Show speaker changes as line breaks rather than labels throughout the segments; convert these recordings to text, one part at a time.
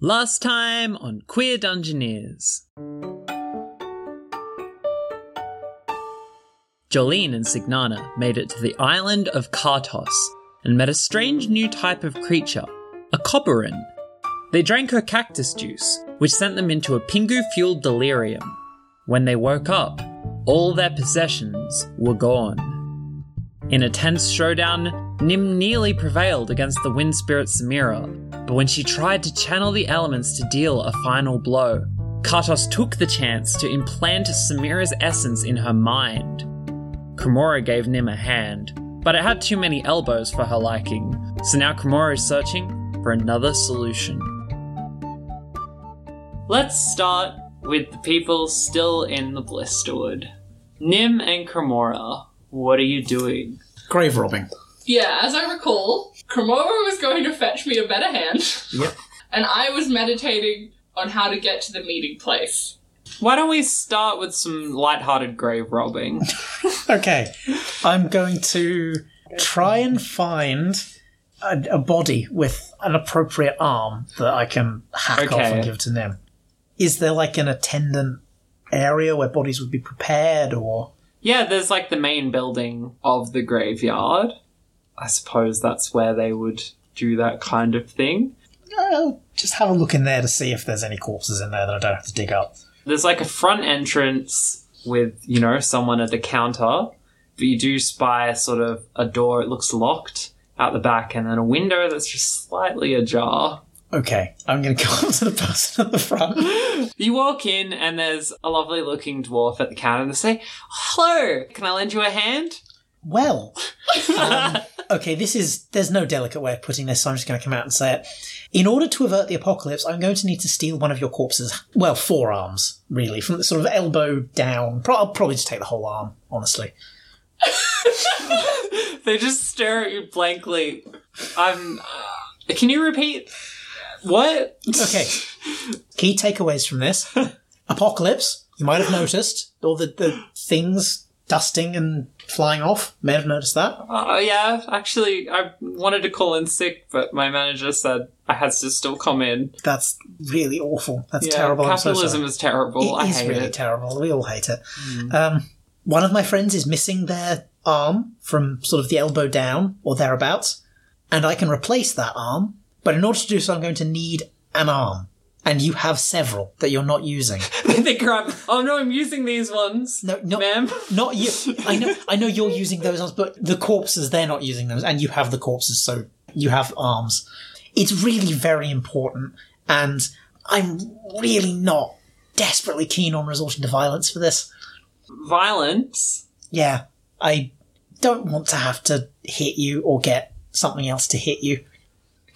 Last time on Queer Dungeoneers. Jolene and Signana made it to the island of Kartos and met a strange new type of creature, a copperin. They drank her cactus juice, which sent them into a pingu fueled delirium. When they woke up, all their possessions were gone. In a tense showdown, Nim nearly prevailed against the wind spirit Samira, but when she tried to channel the elements to deal a final blow, Kartos took the chance to implant Samira's essence in her mind. Kimura gave Nim a hand, but it had too many elbows for her liking, so now Kimura is searching for another solution. Let's start with the people still in the Blisterwood. Nim and Kimura, what are you doing?
Grave robbing.
Yeah, as I recall, Cremora was going to fetch me a better hand,
Yep.
and I was meditating on how to get to the meeting place.
Why don't we start with some light-hearted grave robbing?
Okay. I'm going to try and find a, a body with an appropriate arm that I can hack off
Okay.
and give to Nim. Is there like an attendant area where bodies would be prepared or.
yeah, there's like the main building of the graveyard. I suppose that's where they would do that kind of thing.
I'll just have a look in there to see if there's any corpses in there that I don't have to dig up.
There's like a front entrance with, you know, someone at the counter, but you do spy sort of a door, it looks locked out the back, and then a window that's just slightly ajar.
Okay, I'm going to go up to the person at the front.
You walk in, and there's a lovely looking dwarf at the counter, and they say, Hello, can I lend you a hand?
Well, um, okay, this is. There's no delicate way of putting this, so I'm just going to come out and say it. In order to avert the apocalypse, I'm going to need to steal one of your corpses. Well, forearms, really, from the sort of elbow down. Pro- I'll probably just take the whole arm, honestly.
They just stare at you blankly. I'm. uh, Can you repeat? What?
Okay, key takeaways from this apocalypse, you might have noticed, all the, the things dusting and flying off, may have noticed that.
Oh, yeah. Actually, I wanted to call in sick, but my manager said I had to still come in.
That's really awful. That's
Yeah,
terrible. I'm so sorry.
capitalism is terrible. I
It is
hate
really
it. Mm.
terrible. We all hate it. Um, one of my friends is missing their arm from sort of the elbow down or thereabouts, and I can replace that arm. But in order to do so, I'm going to need an arm, and you have several that you're not using.
they grab. Oh no, I'm using these ones.
No, not
ma'am.
not you. I know, I know you're using those arms, but the corpses they're not using those, and you have the corpses, so you have arms. It's really very important, and I'm really not desperately keen on resorting to violence for this.
Violence.
yeah, I don't want to have to hit you or get something else to hit you.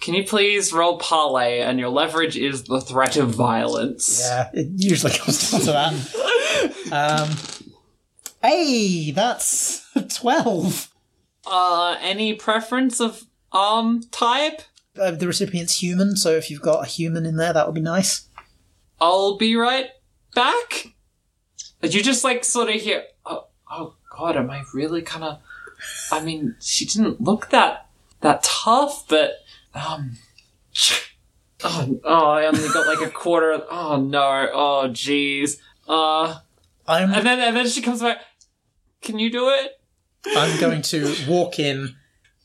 Can you please roll parlay? And your leverage is the threat of violence.
Yeah, it usually comes down to that. Um, hey, that's 12.
Uh, any preference of arm type?
Uh, the recipient's human, so if you've got a human in there, that would be nice.
I'll be right back. Did you just like sort of hear? Oh, oh God, am I really kind of? I mean, she didn't look that that tough, but um, oh, oh, I only got like a quarter. Of, oh no, oh jeez. Uh, and
I'm,
then and then she comes back. Can you do it?
I'm going to walk in,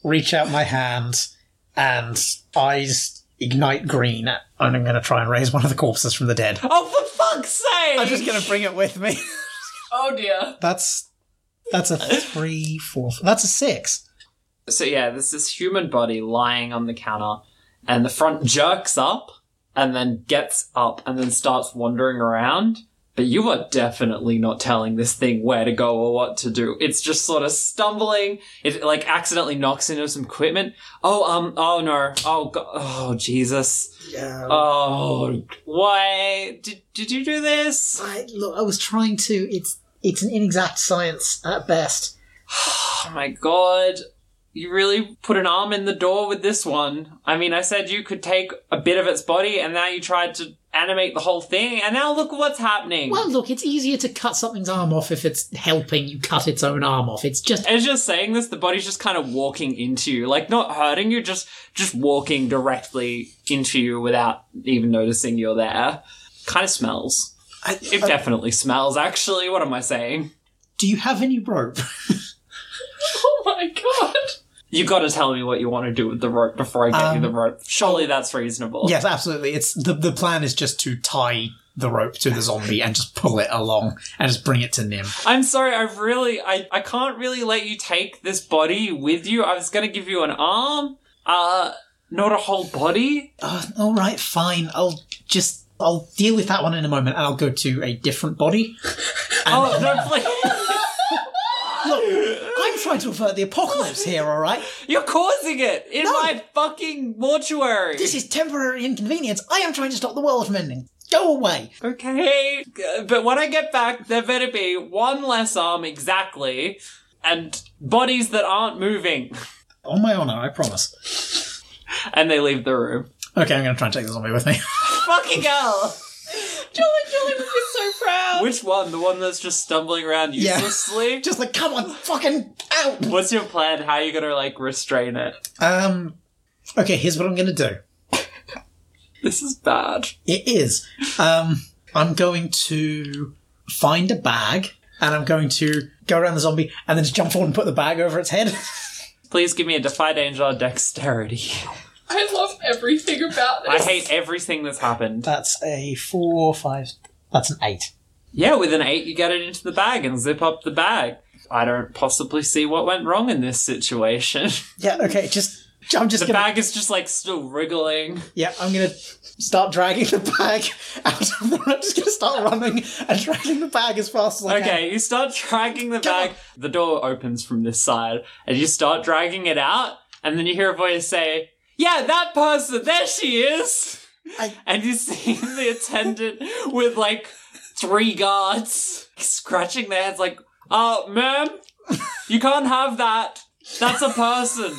reach out my hand, and eyes ignite green, and I'm going to try and raise one of the corpses from the dead.
Oh, for fuck's sake!
I'm just going to bring it with me.
Oh dear.
That's that's a three, four. f- That's a six.
So yeah, there's this human body lying on the counter, and the front jerks up, and then gets up, and then starts wandering around. But you are definitely not telling this thing where to go or what to do. It's just sort of stumbling. It like accidentally knocks into some equipment. Oh um. Oh no. Oh god. Oh Jesus.
Yeah.
Oh why did did you do this?
I, look, I was trying to. It's it's an inexact science at best.
Oh my god. You really put an arm in the door with this one. I mean, I said you could take a bit of its body, and now you tried to animate the whole thing, and now look what's happening.
Well, look, it's easier to cut something's arm off if it's helping you cut its own arm off. It's just
As you're saying this, the body's just kind of walking into you, like not hurting you, just just walking directly into you without even noticing you're there. Kind of smells.
I,
It
I-
definitely smells. Actually, what am I saying?
do you have any rope?
Oh my god.
You got to tell me what you want to do with the rope before I get you
Um,
the rope. Surely that's reasonable.
yes, absolutely. It's the the plan is just to tie the rope to the zombie and just pull it along and just bring it to Nim.
I'm sorry. I've really, I, I can't really let you take this body with you. I was gonna give you an arm, uh, not a whole body.
Uh, all right, fine. I'll just I'll deal with that one in a moment, and I'll go to a different body.
Oh no, please!
Look, I'm trying to avert the apocalypse here. All right,
You're causing it in
No.
my fucking mortuary.
this is temporary inconvenience. I am trying to stop the world from ending. Go away.
okay, but when I get back, there better be one less arm exactly, and bodies that aren't moving.
On my honor, I promise.
And they leave the room.
Okay, I'm going to try and take the zombie with me.
Fucking hell!
Julie, Julie would be so proud.
Which one? The one that's just stumbling around
Yeah.
uselessly?
just like, come on, fucking out.
What's your plan? How are you gonna like restrain it?
Um. Okay, here's what I'm going to do.
This is bad.
It is. Um, I'm going to find a bag and I'm going to go around the zombie and then just jump forward and put the bag over its head.
Please give me a Defy Danger dexterity.
I love everything about
I
this.
hate everything that's happened.
That's a four, five. That's an eight.
Yeah, with an eight, you get it into the bag and zip up the bag. I don't possibly see what went wrong in this situation.
Yeah. Okay. Just. I'm just
The
gonna.
bag is just like still wriggling.
Yeah. I'm gonna start dragging the bag out of the. I'm just gonna start running and dragging the bag as fast as I can.
Okay, you start dragging the
Come
bag.
on.
The door opens from this side, and you start dragging it out, and then you hear a voice say, Yeah, that person, there she is!
I-
And you see the attendant with like three guards scratching their heads, like, Oh, ma'am, you can't have that. That's a person.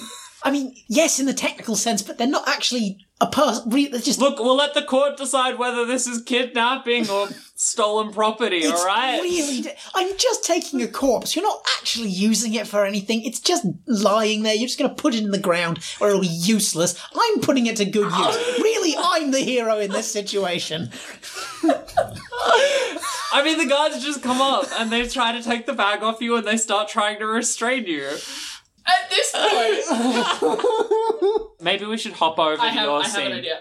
I mean, yes, in the technical sense, but they're not actually a person. They're just.
Look, we'll let the court decide whether this is kidnapping or stolen property,
It's
alright?
really. d- I'm just taking a corpse. You're not actually using it for anything. It's just lying there. You're just going to put it in the ground or it'll be useless. I'm putting it to good use. really, I'm the hero in this situation.
I mean, the guards just come up and they try to take the bag off you and they start trying to restrain you.
At this point,
Maybe we should hop over
I
to
have,
your
I have
scene.
an idea.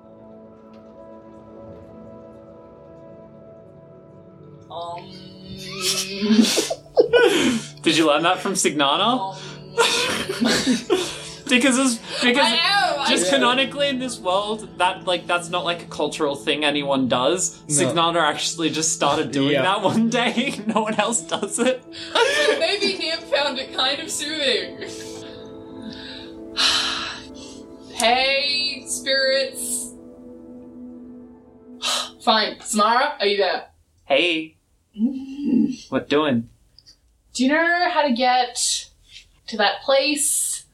Um,
Did you learn that from Signana? Because it's because
I am. I
just
am.
canonically in this world, that like that's not like a cultural thing anyone does. Signana actually just started doing
Yeah.
that one day. no one else does it.
Maybe Nim found it kind of soothing. hey, spirits. Fine. Samara, are you there?
Hey, what doing?
Do you know how to get to that place?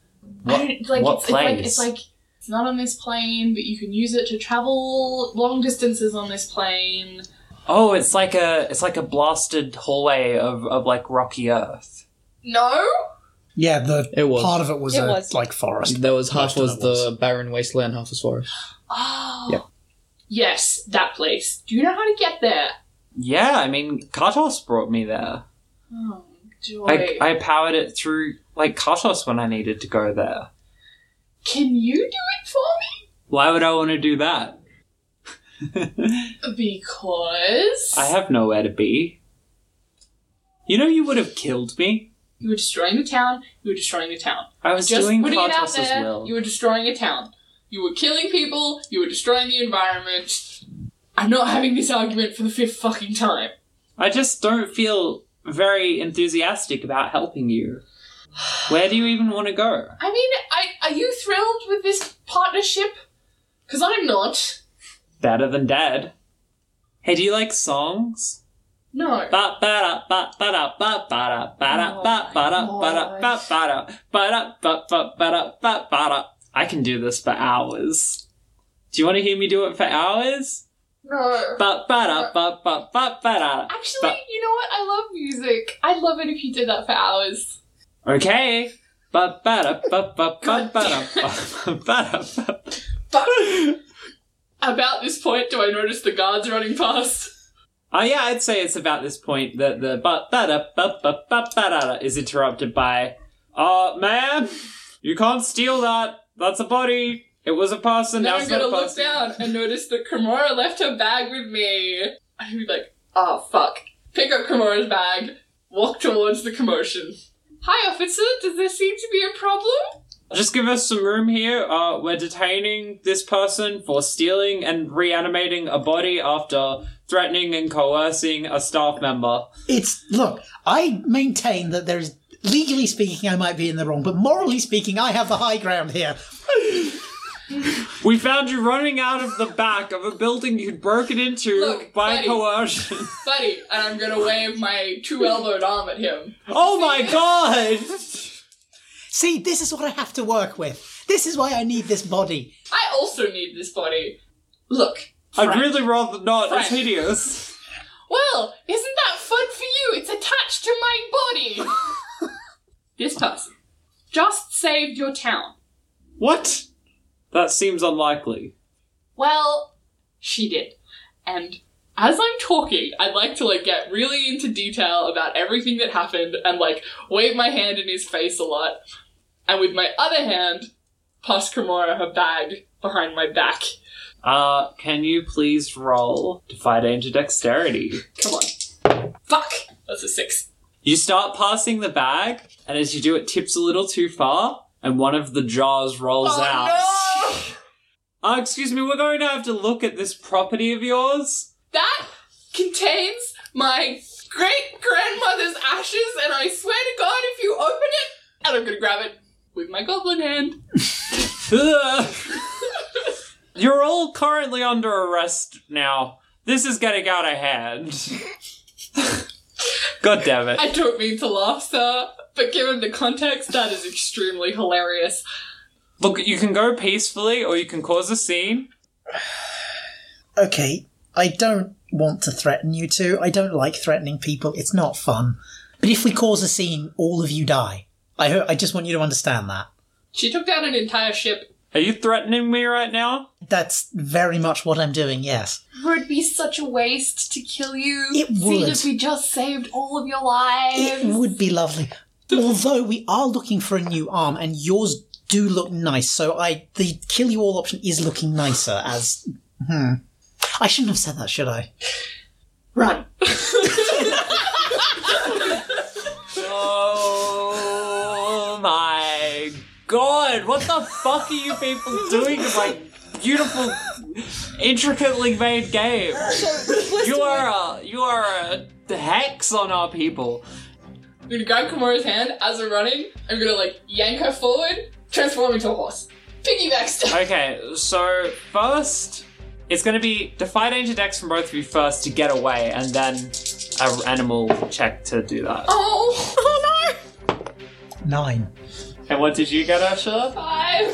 I
What-
don't- like,
what
it's, it's like-
place?
It's like, it's not on this plane, but you can use it to travel long distances on this plane.
Oh, it's like a it's like a blasted hallway of of like rocky earth.
No?
Yeah, the
It was.
part of it was,
It
a,
was.
like forest.
There was half
Most of
was
it
the barren wasteland, half was forest.
Oh.
Yep.
Yes, that place. Do you know how to get there?
Yeah, I mean, Kartos brought me there.
Oh, joy.
I, I powered it through like Kartos when I needed to go there.
Can you do it for
Why would I want to do that?
me? Because
I have nowhere to be. You know, you would have killed me.
you were destroying the town. You were destroying the town.
I was
Just
doing
putting it out
Kartos as
there.
well.
You were destroying a town. You were killing people. You were destroying the environment. I'm not having this argument for the fifth fucking time.
I just don't feel very enthusiastic about helping you. Where do you even want to go?
I mean, I, are you thrilled with this partnership? Because I'm not.
Better than dead. Hey, do you like songs?
No.
Ba ba da ba ba da ba ba da ba da ba ba da ba da ba ba da ba da ba ba ba da ba ba da. I can do this for hours. Do you want to hear me do it for hours?
no.
Ba ba da ba ba ba ba da.
Actually, you know what? I love music. I'd love it if you did that for hours.
Ba- okay. Ba ba da ba ba ba ba da ba ba da ba.
But about this point, do I notice the guards running past?
Oh yeah, I'd say it's about this point that the ba ba da ba ba ba ba da da is interrupted by, uh, ma'am, you can't steal that. That's a body. It was a person.
And
now
then I'm
it's not a
gonna look
person."
down and notice that Kimura left her bag with me. I'd be like, oh fuck. Pick up Kimura's bag, walk towards the commotion. Hi officer, does there seem to be a problem?
Just give us some room here. Uh, we're detaining this person for stealing and reanimating a body after threatening and coercing a staff member.
It's look, I maintain that there is legally speaking I might be in the wrong, but morally speaking I have the high ground here.
We found you running out of the back of a building you'd broken into
Look,
by
buddy.
coercion.
Buddy, and I'm gonna wave my two elbowed arm at him.
oh my god!
See, this is what I have to work with. This is why I need this body.
I also need this body. Look.
I'd really rather not. It's
Frank.
hideous.
Well, isn't that fun for you? It's attached to my body! this person just saved your town.
What? That seems unlikely.
Well, she did. And as I'm talking, I'd like to like get really into detail about everything that happened and like wave my hand in his face a lot. And with my other hand, pass Kimura her bag behind my back.
Uh, can you please roll Defy Danger Dexterity?
Come on. Fuck! That's a six.
You start passing the bag, and as you do, it tips a little too far, and one of the jars rolls out.
Oh, no!
Uh, excuse me, we're going to have to look at this property of yours.
That contains my great grandmother's ashes, and I swear to God, if you open it, and I'm gonna grab it with my goblin hand.
Ugh. You're all currently under arrest now. This is getting out of hand. God damn it.
I don't mean to laugh, sir, but given the context, that is extremely hilarious.
Look, you can go peacefully or you can cause a scene.
Okay, I don't want to threaten you two. I don't like threatening people. It's not fun. But if we cause a scene, all of you die. I ho- I just want you to understand that.
She took down an entire ship.
Are you threatening me right now?
That's very much what I'm doing, yes.
Would be such a waste to kill you.
It
Seeing
would.
as we just saved all of your lives.
It would be lovely. Although we are looking for a new arm, and yours do look nice, so I the kill you all option is looking nicer as hmm. I shouldn't have said that, should I?
Run.
Oh my god, what the fuck are you people doing to my beautiful, intricately made game? You are a, you are a hex on our people.
I'm gonna grab Kimura's hand as we're running. I'm gonna like yank her forward, transform into a horse. Piggyback stuff.
Okay, so first, it's gonna be Defy Danger Dex from both of you first to get away, and then an animal check to do that.
Oh, oh
Nine.
And what did you get, Asha?
no! Five.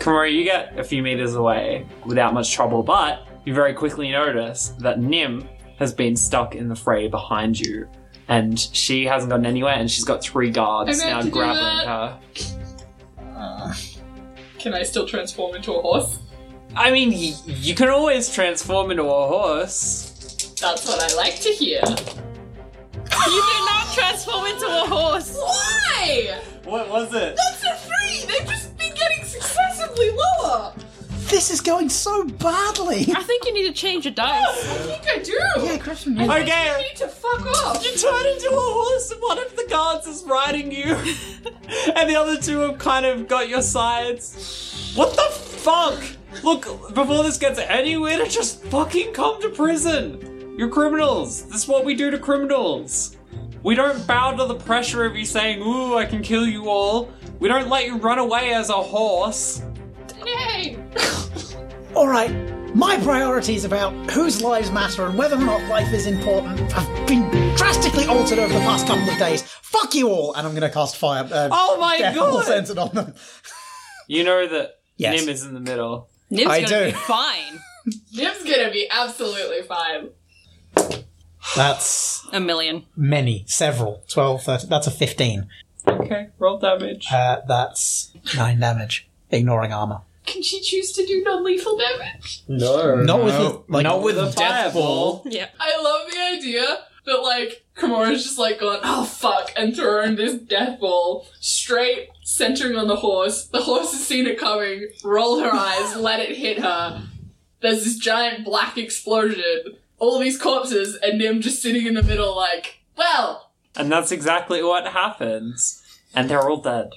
Kamori, you get a few meters away without much trouble, but you very quickly notice that Nim has been stuck in the fray behind you, and she hasn't gotten anywhere, and she's got three guards
I meant
now
to do
grappling
that.
her.
Can I still transform into a horse?
I mean, y- you can always transform into a horse.
That's what I like to hear.
You do not transform into a horse.
Why?
What was it?
That's a three. They've just been getting successively lower.
This is going so badly.
I think you need to change your dice.
I think I do.
yeah, grab some new-
Okay.
You need to fuck off.
You turn into a horse, and one of the guards is riding you, and the other two have kind of got your sides. What the fuck? Look, before this gets anywhere, to just fucking come to prison. You're criminals. This is what we do to criminals. We don't bow to the pressure of you saying, "Ooh, I can kill you all." We don't let you run away as a horse.
Yay.
All right, My priorities about whose lives matter and whether or not life is important have been drastically altered over the past couple of days. Fuck you all! And I'm going to cast fire. Uh,
Oh my
death
God.
ball censored on them.
You know that
Yes.
Nim is in the middle.
Nib's
I
gonna
do.
be fine.
Nib's gonna be absolutely fine.
That's
A million.
many, several. 12, 13. That's a 15.
Okay, roll damage.
Uh, that's 9 damage, ignoring armor.
Can she choose to do non-lethal damage?
No.
Not Uh, with a, like,
Not with a
fireball.
fireball.
Yeah.
I love the idea that like Kimura's just like gone, oh fuck, and thrown this death ball straight centering on the horse. The horse has seen it coming, roll her eyes, let it hit her. There's this giant black explosion, all these corpses, and Nim just sitting in the middle like, well,
And that's exactly what happens. And they're all dead.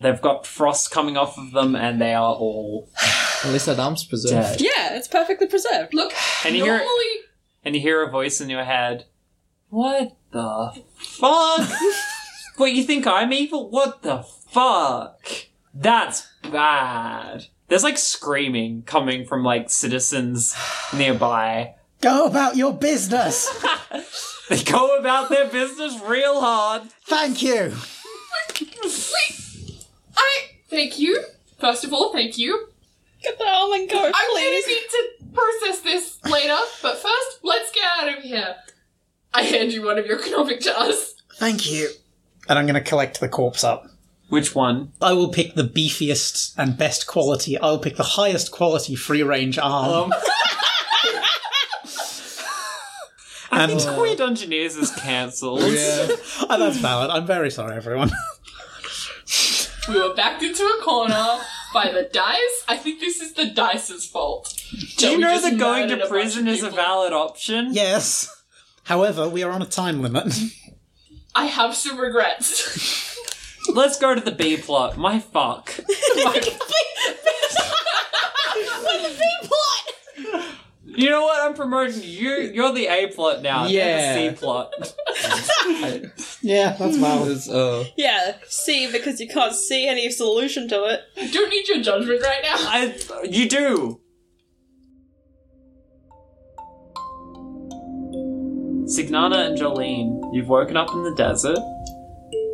They've got frost coming off of them and they are all
At least that arm's
dead.
preserved.
Yeah, it's perfectly preserved.
look,
And you hear
normally
and you hear a voice in your head. What the fuck? what you think I'm evil? What the fuck? That's bad. There's like screaming coming from like citizens nearby.
Go about your business!
They go about their business real hard.
Thank you!
I thank you. First of all, thank you.
Get the almond go,
I'm gonna need to process this later, but first, let's get out of here. I hand you one of your economic jars.
Thank you. And I'm going to collect the corpse up.
Which one?
I will pick the beefiest and best quality. I'll pick the highest quality free range
Um,
Um,
arm.
I
And-
think Queer Dungeoneers is cancelled.
uh, Yeah.
Oh, that's valid. I'm very sorry, everyone.
We were backed into a corner by the dice. I think this is the dice's fault.
Do you
we
know
just
that going
murdered
to
a bunch
prison
of
is a
people?
valid option?
yes. However, we are on a time limit.
I have some regrets.
Let's go to the B plot. My fuck. You know what? I'm promoting you. You're the A plot now. They're
Yeah.
the C plot.
yeah, that's valid.
It's, uh,
Yeah, see, because you can't see any solution to it.
I don't need your judgment right now.
I. You do. Signana and Jolene, you've woken up in the desert.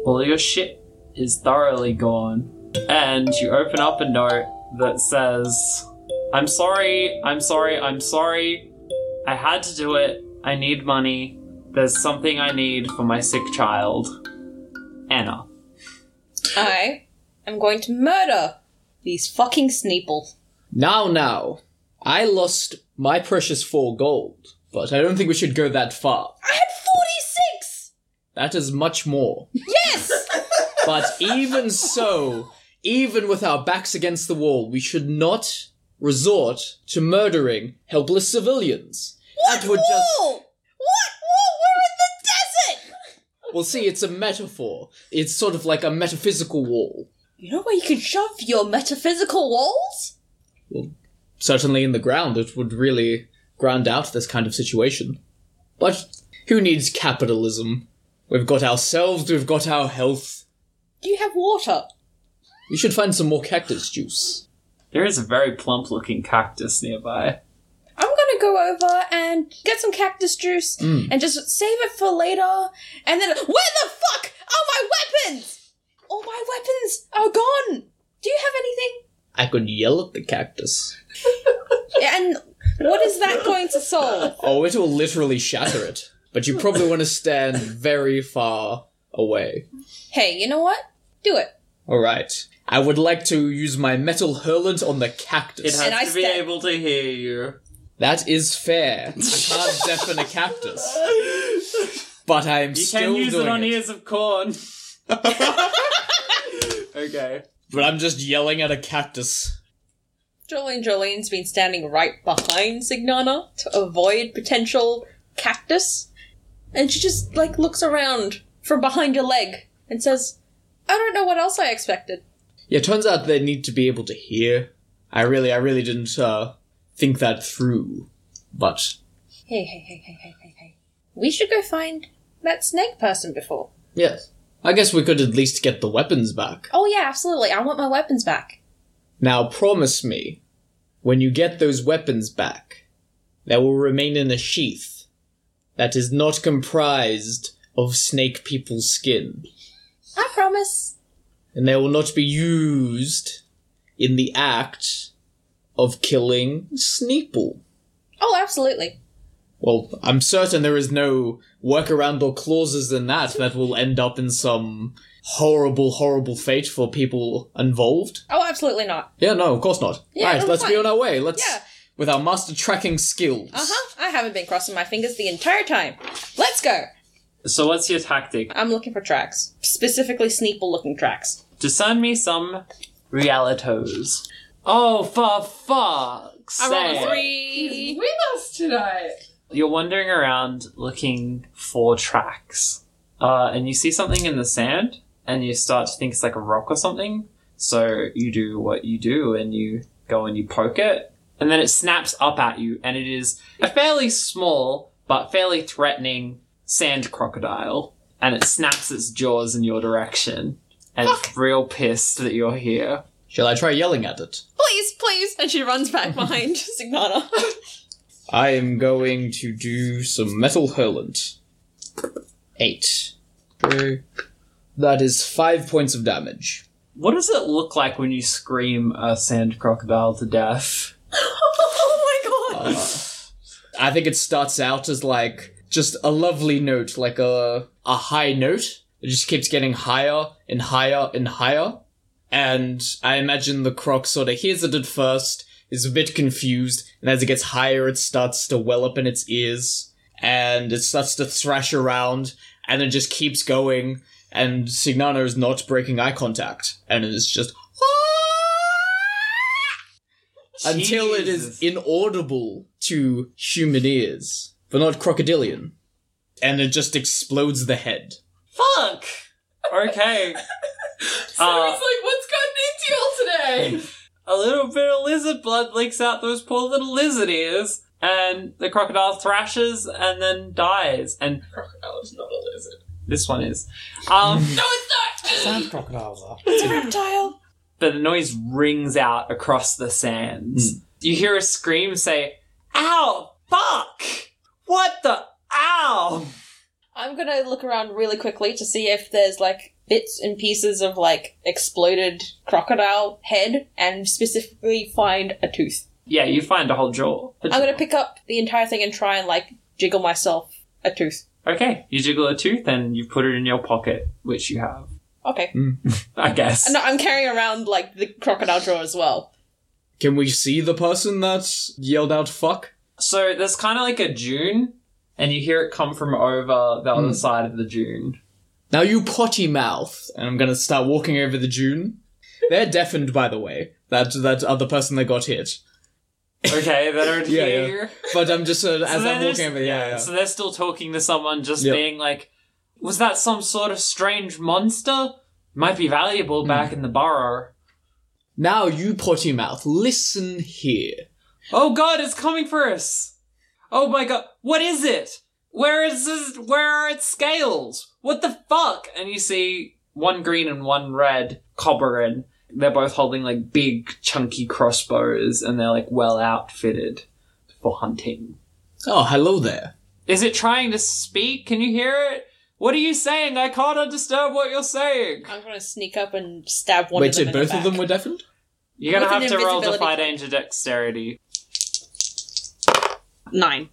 All your shit is thoroughly gone, and you open up a note that says, "I'm sorry. I'm sorry. I'm sorry. I had to do it. I need money. There's something I need for my sick child, Anna."
I am going to murder these fucking Sneeple.
now, now. I lost my precious four gold, but I don't think we should go that far.
I had 46!
That is much more.
Yes!
But even so, even with our backs against the wall, we should not resort to murdering helpless civilians. that would
Wall!
just.
Oh, What wall? We're in the desert!
Well, see, it's a metaphor. It's sort of like a metaphysical wall.
You know where you can shove your metaphysical walls?
Certainly in the ground, it would really ground out this kind of situation. But who needs capitalism? We've got ourselves, we've got our health.
You have water.
We should find some more cactus juice.
There is a very plump-looking cactus nearby.
I'm gonna go over and get some cactus juice and just save it for later. And then, where the fuck are my weapons? All my weapons are gone. Do you have anything?
I could yell at the cactus.
And what is that going to solve?
Oh, it will literally shatter it. But you probably want to stand very far away.
Hey, you know what? Do it.
Alright. I would like to use my metal hurlant on the cactus.
It has
And I
to be
step-
able to hear you.
That is fair. I can't deafen a cactus. But I am
You
still
can use
doing
it on
it.
ears of corn. okay.
But I'm just yelling at a cactus.
Jolene Jolene's been standing right behind Signana to avoid potential cactus. And she just, like, looks around from behind your leg and says, I don't know what else I expected.
Yeah, turns out they need to be able to hear. I really, I really didn't uh, think that through. But
Hey, hey, hey, hey, hey, hey, hey. We should go find that snake person before.
yes, I guess we could at least get the weapons back.
Oh, yeah, absolutely. I want my weapons back.
Now, promise me When you get those weapons back, they will remain in a sheath that is not comprised of snake people's skin,
I promise.
and they will not be used in the act of killing Sneeple.
Oh, absolutely.
Well, I'm certain there is no workaround or clauses in that that will end up in some horrible, horrible fate for people involved.
Oh, absolutely not.
Yeah, no, of course not.
Yeah,
right,
that's
let's be
fine.
on our way. Let's
Yeah.
with our master tracking skills.
Uh huh. I haven't been crossing my fingers the entire time. Let's go.
So what's your tactic?
I'm looking for tracks, specifically Sneeple looking tracks.
Discern me some realitos. Oh, for fuck's
I rolled a
sake.
three.
with us tonight.
You're wandering around looking for tracks, uh, and you see something in the sand, and you start to think it's like a rock or something. So you do what you do, and you go and you poke it, and then it snaps up at you, and it is a fairly small but fairly threatening sand crocodile, and it snaps its jaws in your direction, and it's real pissed that you're here.
Shall I try yelling at it?
Please, please. And she runs back behind Signana.
I am going to do some metal hurlant. Eight. Okay. That is five points of damage.
What does it look like when you scream a sand crocodile to death?
oh my god.
I think it starts out as like just a lovely note, like a a high note. It just keeps getting higher and higher and higher. And I imagine the croc sort of hears it at first, is a bit confused, and as it gets higher, it starts to well up in its ears, and it starts to thrash around, and then just keeps going. And Signano is not breaking eye contact, and it is just until it
Jesus.
is inaudible to human ears, but not crocodilian. And it just explodes the head.
Fuck. Okay. uh,
Sammy's like, what's gotten into y'all today?
a little bit of lizard blood leaks out those poor little lizard ears, and the crocodile thrashes and then dies. And
Crocodile's not a lizard.
this one is. Um,
No, it's not!
Sand crocodiles are.
It's a reptile.
but the noise rings out across the
Hmm.
sands. You hear a scream say, "Ow! Fuck! What the ow!"
I'm gonna look around really quickly to see if there's like bits and pieces of like exploded crocodile head and specifically find a tooth.
Yeah, you find a whole jaw. A
I'm gonna
jaw.
pick up the entire thing and try and like jiggle myself a tooth.
Okay, you jiggle a tooth and you put it in your pocket, which you have,
Okay.
Mm.
I guess.
No, I'm carrying around like the crocodile jaw as well.
Can we see the person that yelled out fuck?
So there's kind of like a dune, and you hear it come from over the
Hmm.
other side of the dune.
Now you potty mouth. And I'm gonna start walking over the dune. They're deafened, by the way. That that other person that got hit.
Okay, they don't
Yeah,
hear
yeah.
you.
But I'm just uh, as
then
I'm
there's-
walking over, yeah, yeah.
So they're still talking to someone, just
Yep.
being like, "Was that some sort of strange monster? Might be valuable back
Hmm.
in the burrow."
Now you potty mouth. Listen here.
Oh God, it's coming for us! Oh my God, what is it? Where is this? Where are its scales? What the fuck? And you see one green and one red cobberin. They're both holding like big, chunky crossbows, and they're like well outfitted for hunting.
Oh, hello there.
Is it trying to speak? Can you hear it? What are you saying? I can't understand what you're saying.
I'm gonna sneak up and stab one
Wait,
of them.
did
in the
both of
back.
them were deafened?
You're gonna
With an
have to roll the
invisibility
fight
check.
danger dexterity.
nine.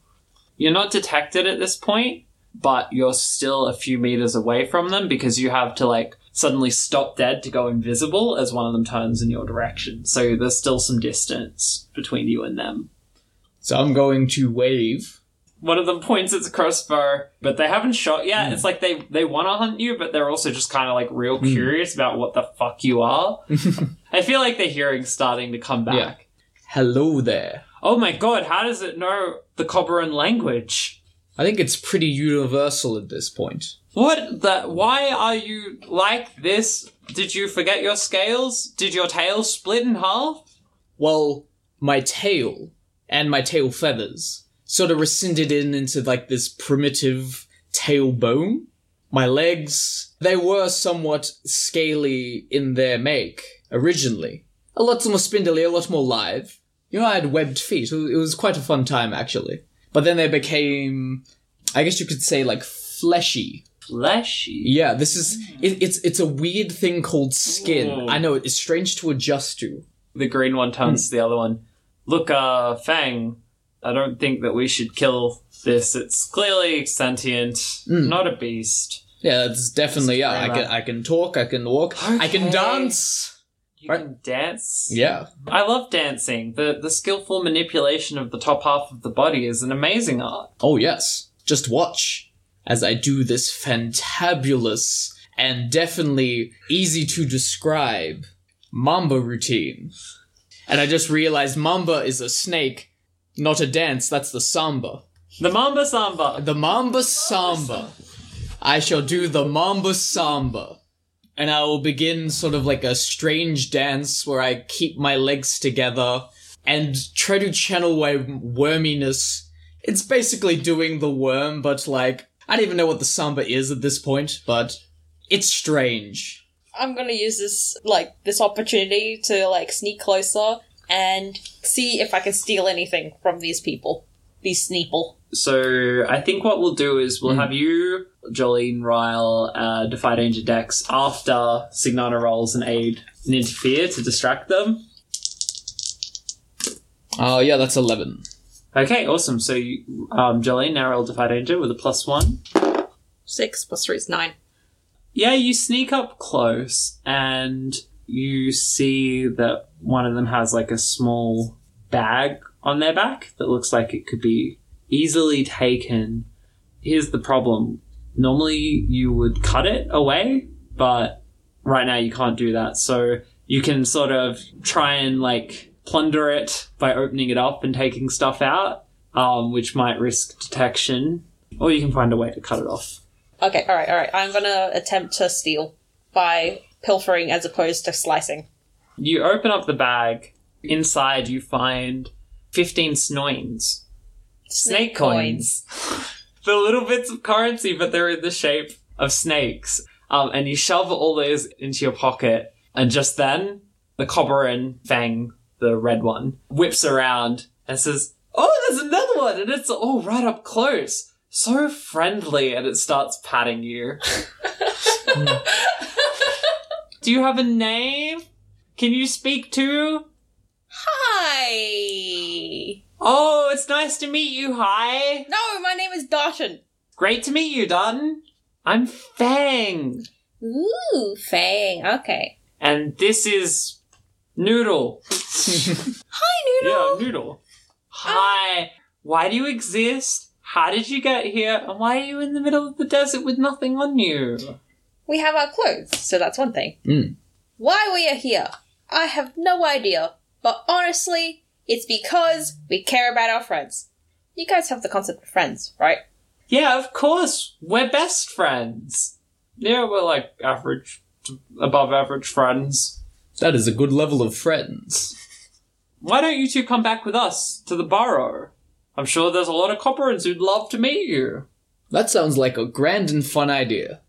You're not detected at this point, but you're still a few meters away from them because you have to like suddenly stop dead to go invisible as one of them turns in your direction. So there's still some distance between you and them.
So I'm going to wave.
One of them points its crossbow, but they haven't shot yet. It's like they they want to hunt you, but they're also just kind of like real curious about what the fuck you are. I feel like the hearing's starting to come back.
Yeah. Hello there.
Oh my god, how does it know the Cobberin language?
I think it's pretty universal at this point.
What the? Why are you like this? Did you forget your scales? Did your tail split in half?
Well, my tail and my tail feathers sort of rescinded in into like this primitive tail bone. My legs, they were somewhat scaly in their make originally. A lot more spindly, a lot more live. You know, I had webbed feet. It was- it was quite a fun time, actually. But then they became, I guess you could say, like fleshy.
Fleshy.
Yeah, this is it, it's it's a weird thing called skin.
Ooh.
I know it's strange to adjust to.
The green one turns to the other one. Look, uh, Fang, I don't think that we should kill this. It's clearly sentient,
Hmm.
not a beast.
Yeah, it's definitely yeah. I can
Screamer.
I can talk. I can walk. I can
Okay.
dance.
You
Right.
can dance.
Yeah,
I love dancing. The the skillful manipulation of the top half of the body is an amazing art.
Oh, yes. Just watch as I do this fantabulous and definitely easy to describe Mamba routine. And I just realized Mamba is a snake, not a dance. That's the samba.
The Mamba Samba.
The Mamba Samba. I shall do the Mamba Samba. And I will begin sort of like a strange dance where I keep my legs together and try to channel my worminess. It's basically doing the worm, but like, I don't even know what the Samba is at this point, but it's strange.
I'm gonna use this like this opportunity to like sneak closer and see if I can steal anything from these people. These sneeple.
So I think what we'll do is we'll have you, Jolene, Ryle, uh, Defy Danger Dex after Signana rolls and aid and interfere to distract them.
Oh, yeah, that's 11.
Okay, awesome. So you, um, Jolene now roll Defy Danger with a plus one.
Six plus three is nine.
Yeah, you sneak up close and you see that one of them has like a small bag on their back that looks like it could be easily taken. Here's the problem. Normally you would cut it away, but right now you can't do that. So you can sort of try and like plunder it by opening it up and taking stuff out, um, which might risk detection, or you can find a way to cut it off.
Okay, alright, alright. I'm gonna attempt to steal by pilfering as opposed to slicing.
You open up the bag. Inside, you find 15 snoins. Snake coins. the little bits of currency, but they're in the shape of snakes. Um, and you shove all those into your pocket. And just then, the Cobberin Fang, the red one, whips around and says, Oh, there's another one! And it's all right up close. So friendly. And it starts patting you. Do you have a name? Can you speak to?
Hi.
Oh, it's nice to meet you. Hi.
No, my name is Darton.
Great to meet you, Dutton. I'm Fang.
Ooh, Fang. Okay.
And this is Noodle.
Hi,
Yeah,
Noodle.
Noodle. Hi. Why do you exist? How did you get here? And why are you in the middle of the desert with nothing on you?
We have our clothes, so that's one thing.
Mm.
Why we are here, I have no idea. But honestly, it's because we care about our friends. You guys have the concept of friends, right?
Yeah, of course. We're best friends. Yeah, we're like average, to above average friends.
That is a good level of friends.
Why don't you two come back with us to the burrow? I'm sure there's a lot of copperins who'd love to meet you.
That sounds like a grand and fun idea.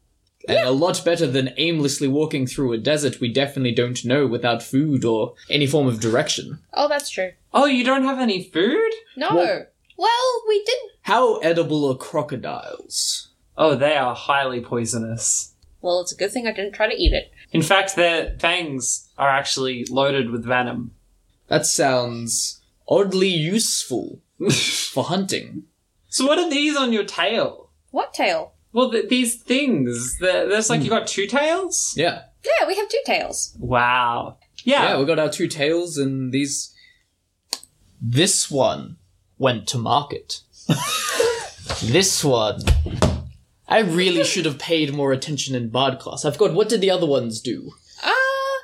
And a lot better than aimlessly walking through a desert we definitely don't know without food or any form of direction.
Oh, that's true.
Oh, you don't have any food?
No.
Well-
Well, we did.
How edible are crocodiles?
Oh, they are highly poisonous.
Well, it's a good thing I didn't try to eat it.
In fact, their fangs are actually loaded with venom.
That sounds oddly useful for hunting.
So, what are these on your tail?
What tail?
Well, th- these things. They're, there's like you got two tails?
Yeah.
Yeah, we have two tails.
Wow. Yeah.
Yeah, we got our two tails and these. This one went to market. this one. I really should have paid more attention in bard class. I forgot what did the other ones do?
Ah,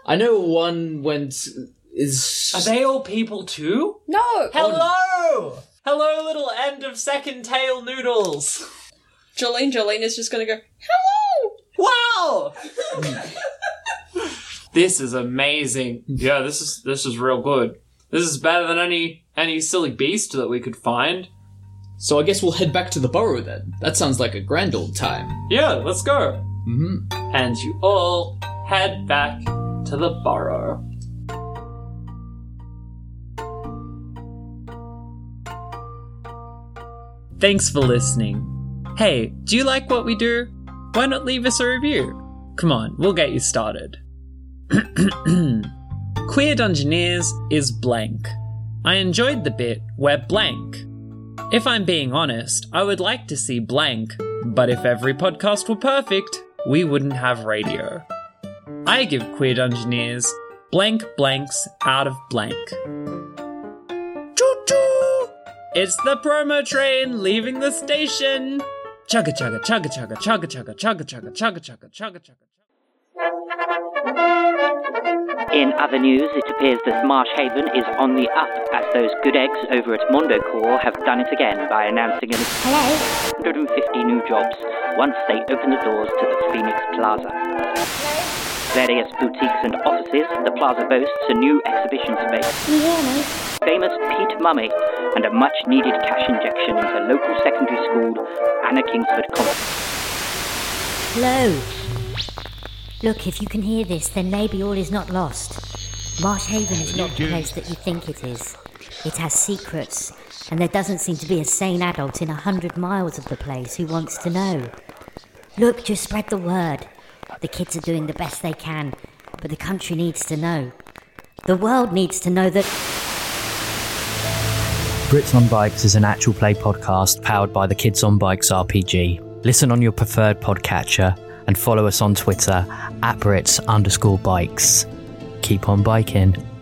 I know one went is
Are they all people too?
no.
Hello! Hello, little end of second tail noodles!
Jolene, Jolene is just gonna go. Hello.
Wow! this is amazing. Yeah, this is this is real good. This is better than any any silly beast that we could find.
so I guess we'll head back to the burrow then. That sounds like a grand old time.
Yeah, let's go.
hmm
And you all head back to the burrow. Thanks for listening. Hey, do you like what we do? Why not leave us a review? Come on, we'll get you started. Queer Dungeoneers is blank. I enjoyed the bit where blank. If I'm being honest, I would like to see blank, but if every podcast were perfect, we wouldn't have radio. I give Queer Dungeoneers blank blanks out of blank. Choo choo! It's the promo train leaving the station! Chugga chugga chugga chugga chugga chugga chugga chugga chugga chugga chugga chugga.
In other news, it appears that Marsh Haven is on the up as those good eggs over at Mondo Corps have done it again by announcing an 150 new jobs once they open the doors to the Phoenix Plaza. Various boutiques and offices, the plaza boasts a new exhibition space, famous Pete Mummy, and a much needed cash injection into local secondary school Anna Kingsford Common.
Hello. Look, if you can hear this, then maybe all is not lost. Marsh Haven is not the place that you think it is. It has secrets, and there doesn't seem to be a sane adult in a hundred miles of the place who wants to know. Look, just spread the word. The kids are doing the best they can, but the country needs to know. The world needs to know that.
Brits on Bikes is an actual play podcast powered by the Kids on Bikes RPG. Listen on your preferred podcatcher and follow us on Twitter at Brits underscore bikes. Keep on biking.